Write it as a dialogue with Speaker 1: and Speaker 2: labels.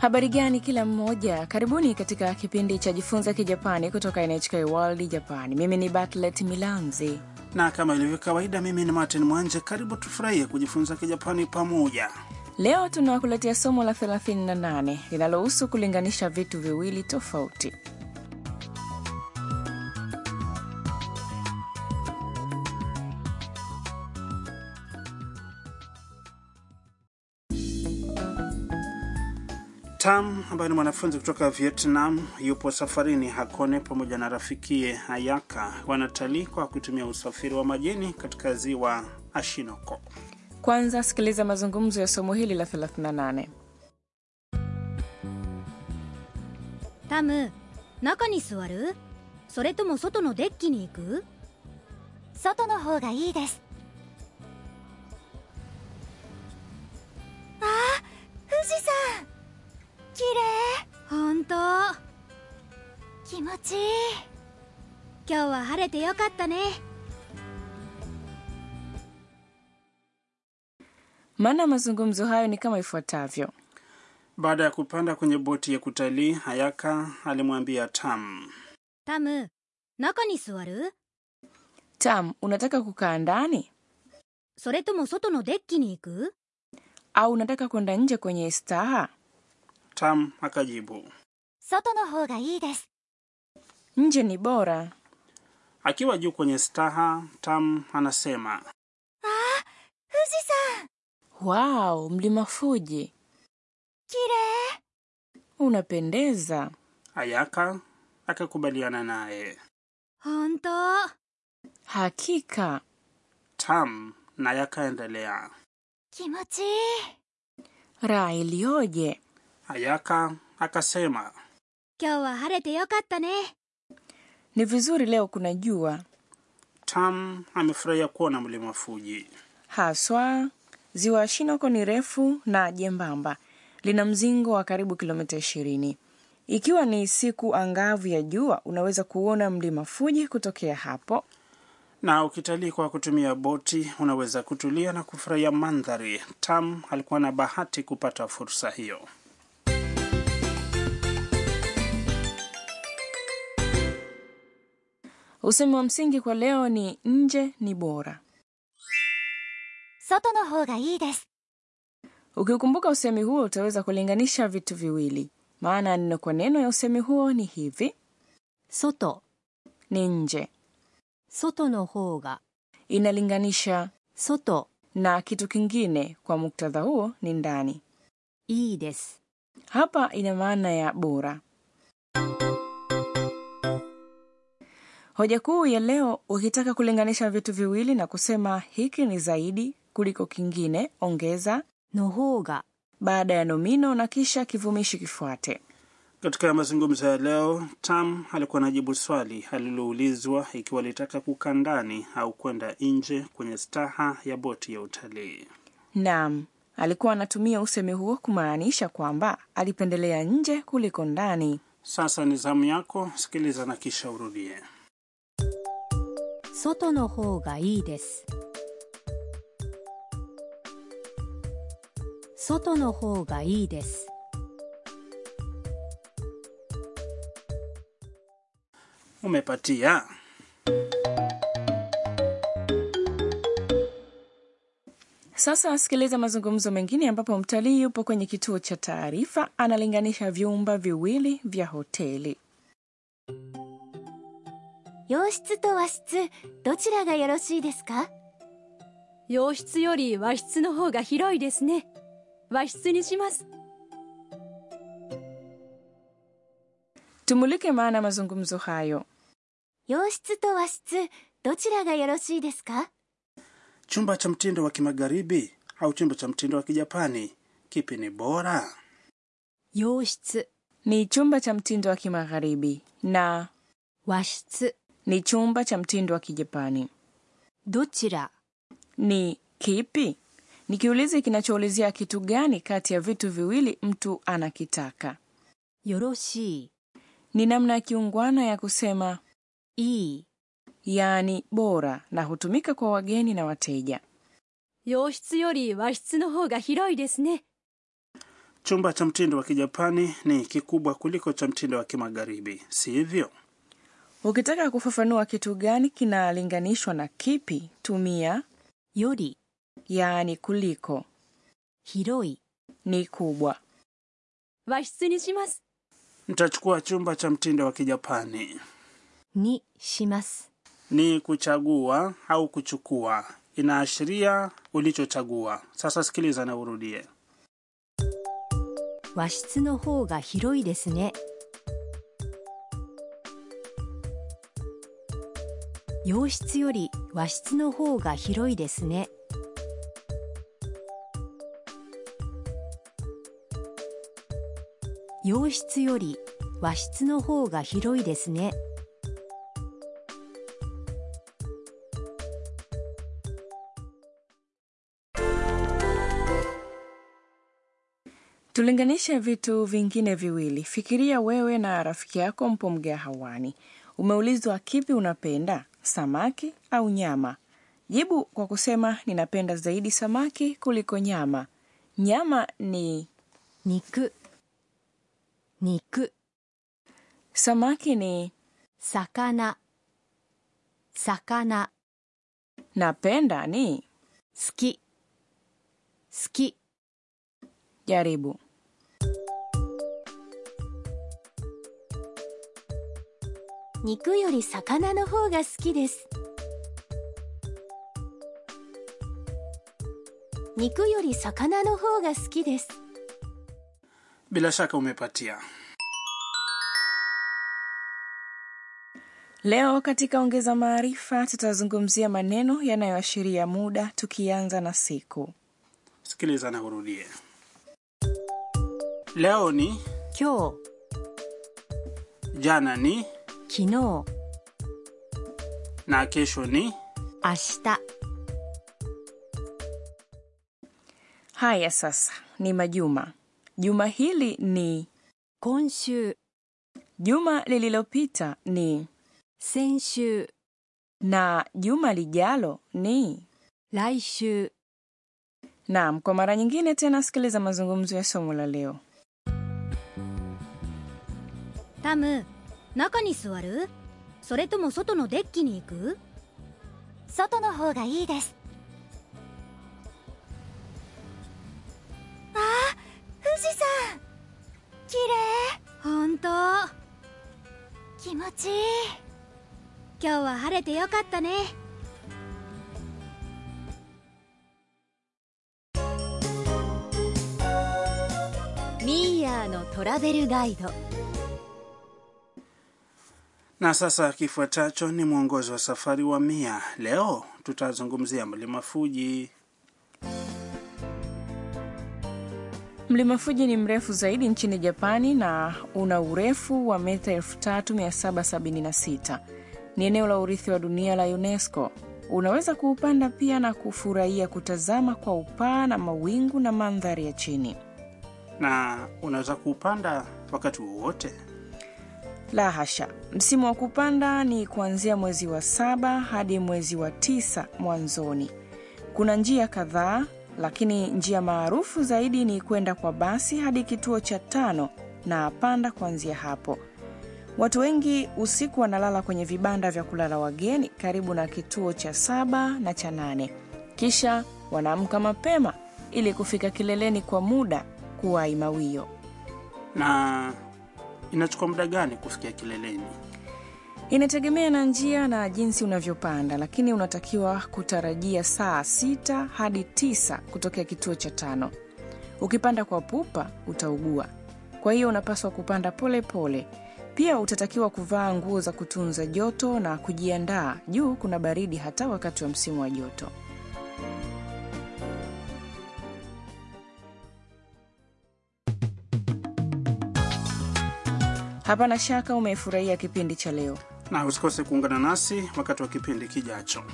Speaker 1: Habari gani kila mmoja, karibuni katika kipindi cha Jifunza Kijapani kutoka NHK World Japan. Mimi ni Bartlet Milanzi
Speaker 2: na kama ilivyo kawaida, mimi ni Martin Mwanje. Karibu tufurahie kujifunza Kijapani pamoja.
Speaker 1: Leo tunawakuletea somo la 38 linalohusu kulinganisha vitu viwili tofauti.
Speaker 2: Tam ambaye ni mwanafunzi kutoka Vietnam yupo safarini Hakone pamoja na rafikie Ayaka wanatalii kwa kutumia usafiri wa majini katika ziwa Ashinoko.
Speaker 1: Kwanza sikiliza mazungumzo ya somo hili la 38.
Speaker 3: タム中に座るそれとも外のデッキに行く外の方がいいですあ富士山綺麗本当気持ちいい今日は晴れてよかったね
Speaker 1: Maana ya mazungumzo hayo ni kama ifuatavyo.
Speaker 2: Baada ya kupanda kwenye boti ya kutalii, Hayaka alimwambia Tam,
Speaker 3: タム中に座る
Speaker 1: Tam, unataka kukaa ndani
Speaker 3: それとも外のデッキに行く
Speaker 1: au unataka kwenda nje kwenye staha?
Speaker 2: Tam akajibu
Speaker 3: 外の方がいいです
Speaker 1: Nje ni bora.
Speaker 2: akiwa juu kwenye staha. Tam anasema
Speaker 3: 富士山
Speaker 1: Wow, mlima Fuji
Speaker 3: 綺麗
Speaker 1: unapendeza.
Speaker 2: Ayaka akakubaliana naye.
Speaker 3: 本当
Speaker 1: Hakika
Speaker 2: Tam naye akaendelea.
Speaker 3: 気持ちいい
Speaker 1: raha iliyoje!
Speaker 2: Ayaka akasema
Speaker 3: 今日は晴れてよかったね
Speaker 1: Ni vizuri leo kuna jua
Speaker 2: Tam amefurahia kuona mlima Fuji.
Speaker 1: haswa. Ziwa Shinoko ni refu na jembamba, lina mzingo wa karibu kilomita 20. Ikiwa ni siku angavu ya jua, unaweza kuona mlima Fuji kutokea hapo.
Speaker 2: Na ukitalii kwa kutumia boti unaweza kutulia na kufurahia mandhari. Tam alikuwa na bahati kupata fursa hiyo.
Speaker 1: Usemi wa msingi kwa leo ni nje ni bora.
Speaker 3: 外の方がいいです
Speaker 1: Ukikumbuka usemi huo, utaweza kulinganisha vitu viwili. Maana ya neno kwa neno ya usemi huo ni hivi:
Speaker 3: 外
Speaker 1: ni nje,
Speaker 3: 外の方が
Speaker 1: inalinganisha
Speaker 3: 外
Speaker 1: na kitu kingine. Kwa muktadha huo ni ndani.
Speaker 3: いいです
Speaker 1: Hapa ina maana ya bora. Hoja kuu ya leo, ukitaka kulinganisha vitu viwili na kusema hiki ni zaidi kuliko kingine, ongeza
Speaker 3: の方が
Speaker 1: baada ya nomino na kisha kivumishi kifuate.
Speaker 2: Katika mazungumzo ya leo, Tam alikuwa anajibu swali aliloulizwa ikiwa alitaka kukaa ndani au kwenda nje kwenye staha ya boti ya utalii.
Speaker 1: Naam, alikuwa anatumia usemi huo kumaanisha kwamba alipendelea nje kuliko ndani.
Speaker 2: Sasa ni zamu yako, sikiliza na kisha urudie.
Speaker 3: 外の方がいいです外の方がいいです
Speaker 2: Umepatia?
Speaker 1: Sasa sikiliza mazungumzo mengine ambapo mtalii yupo kwenye kituo cha taarifa analinganisha vyumba viwili vya hoteli.
Speaker 4: 洋室と和室どちらがよろしいですか
Speaker 5: 洋室より和室の方が広いですね和室にします
Speaker 1: Tumulike maana ya mazungumzo hayo.
Speaker 4: 洋室と和室どちらがよろしいですか
Speaker 2: Chumba cha mtindo wa kimagharibi au chumba cha mtindo wa kijapani, kipi ni bora?
Speaker 5: 洋室
Speaker 1: Ni chumba cha mtindo wa kimagharibi na
Speaker 5: 和室
Speaker 1: ni chumba cha mtindo wa kijapani.
Speaker 5: どちら
Speaker 1: Ni kipi? Ni kiulizi kinachoulizia kitu gani kati ya vitu viwili mtu anakitaka.
Speaker 5: よろし
Speaker 1: Ni namna ya kiungwana ya kusema
Speaker 5: いいい
Speaker 1: yaani bora, na hutumika kwa wageni na wateja.
Speaker 5: 洋室より和室の方が広いですね
Speaker 2: Chumba cha mtindo wa Kijapani ni kikubwa kuliko cha mtindo wa Kimagharibi, si hivyo?
Speaker 1: ukitaka kufafanua kitu gani kinalinganishwa na kipi tumia
Speaker 6: より
Speaker 1: yaani kuliko
Speaker 6: 広い
Speaker 1: ni kubwa
Speaker 5: 和室にします。
Speaker 2: Nitachukua chumba cha mtindo wa Kijapani.
Speaker 6: にします。
Speaker 2: Ni kuchagua au kuchukua, inaashiria ulichochagua. Sasa sikiliza na urudie.
Speaker 6: 和室の方が広いですね。洋室より和室の方が広いですね。洋室より和室の方が広いですね。
Speaker 1: Tulinganishe vitu vingine viwili. Fikiria wewe na rafiki yako mpo mgahawani. Umeulizwa kipi unapenda, samaki au nyama? Jibu kwa kusema ninapenda zaidi samaki kuliko nyama. Nyama ni
Speaker 6: 肉肉
Speaker 1: samaki ni
Speaker 6: 魚魚
Speaker 1: napenda ni
Speaker 6: 好き好き
Speaker 1: jaribu.
Speaker 4: 肉より魚の方が好きです肉より魚の方が好きです
Speaker 2: Bila shaka umepatia.
Speaker 1: Leo katika ongeza maarifa tutazungumzia maneno yanayoashiria muda tukianza na siku.
Speaker 2: Sikiliza na urudie. Leo ni
Speaker 6: 今
Speaker 2: jana, ni
Speaker 6: 日昨日明
Speaker 2: na kesho ni.
Speaker 6: 日
Speaker 1: Haya sasa ni majuma. Juma hili ni
Speaker 6: 今週
Speaker 1: juma lililopita ni
Speaker 6: 先週
Speaker 1: na juma lijalo ni
Speaker 6: 来週
Speaker 1: naam kwa mara nyingine tena sikiliza mazungumzo ya somo la leo
Speaker 3: タム中に座るそれとも外のデッキに行く
Speaker 4: 外の方がいいですあー富士山綺
Speaker 3: 本当
Speaker 4: 麗気持ちいい
Speaker 3: 今日は晴れてよかったね
Speaker 6: ミーヤーのトラベルガイド
Speaker 2: Na sasa kifuatacho ni mwongozo wa safari wa Mia. Leo tutazungumzia mlima Fuji.
Speaker 1: mlima fuji ni mrefu zaidi nchini japani na una urefu wa meta 3776 ni eneo la urithi wa dunia la unesco unaweza kuupanda pia na kufurahia kutazama kwa upana mawingu na mandhari ya chini
Speaker 2: na unaweza kuupanda wakati wowote.
Speaker 1: La hasha. Msimu wa kupanda ni kuanzia mwezi wa saba hadi mwezi wa tisa mwanzoni. Kuna njia kadhaa, lakini njia maarufu zaidi ni kwenda kwa basi hadi kituo cha tano na panda kuanzia hapo. Watu wengi usiku wanalala kwenye vibanda vya kulala wageni karibu na kituo cha saba na cha nane, kisha wanaamka mapema ili kufika kileleni kwa muda kuwahi mawio.
Speaker 2: Na inachukua muda gani kufikia kileleni?
Speaker 1: Inategemea na njia na jinsi unavyopanda, lakini unatakiwa kutarajia saa sita hadi tisa kutokea kituo cha tano. Ukipanda kwa pupa utaugua, kwa hiyo unapaswa kupanda pole pole. Pia utatakiwa kuvaa nguo za kutunza joto na kujiandaa, juu kuna baridi hata wakati wa msimu wa joto. Hapana shaka umefurahia kipindi cha leo.
Speaker 2: Na usikose kuungana nasi wakati wa kipindi kijacho.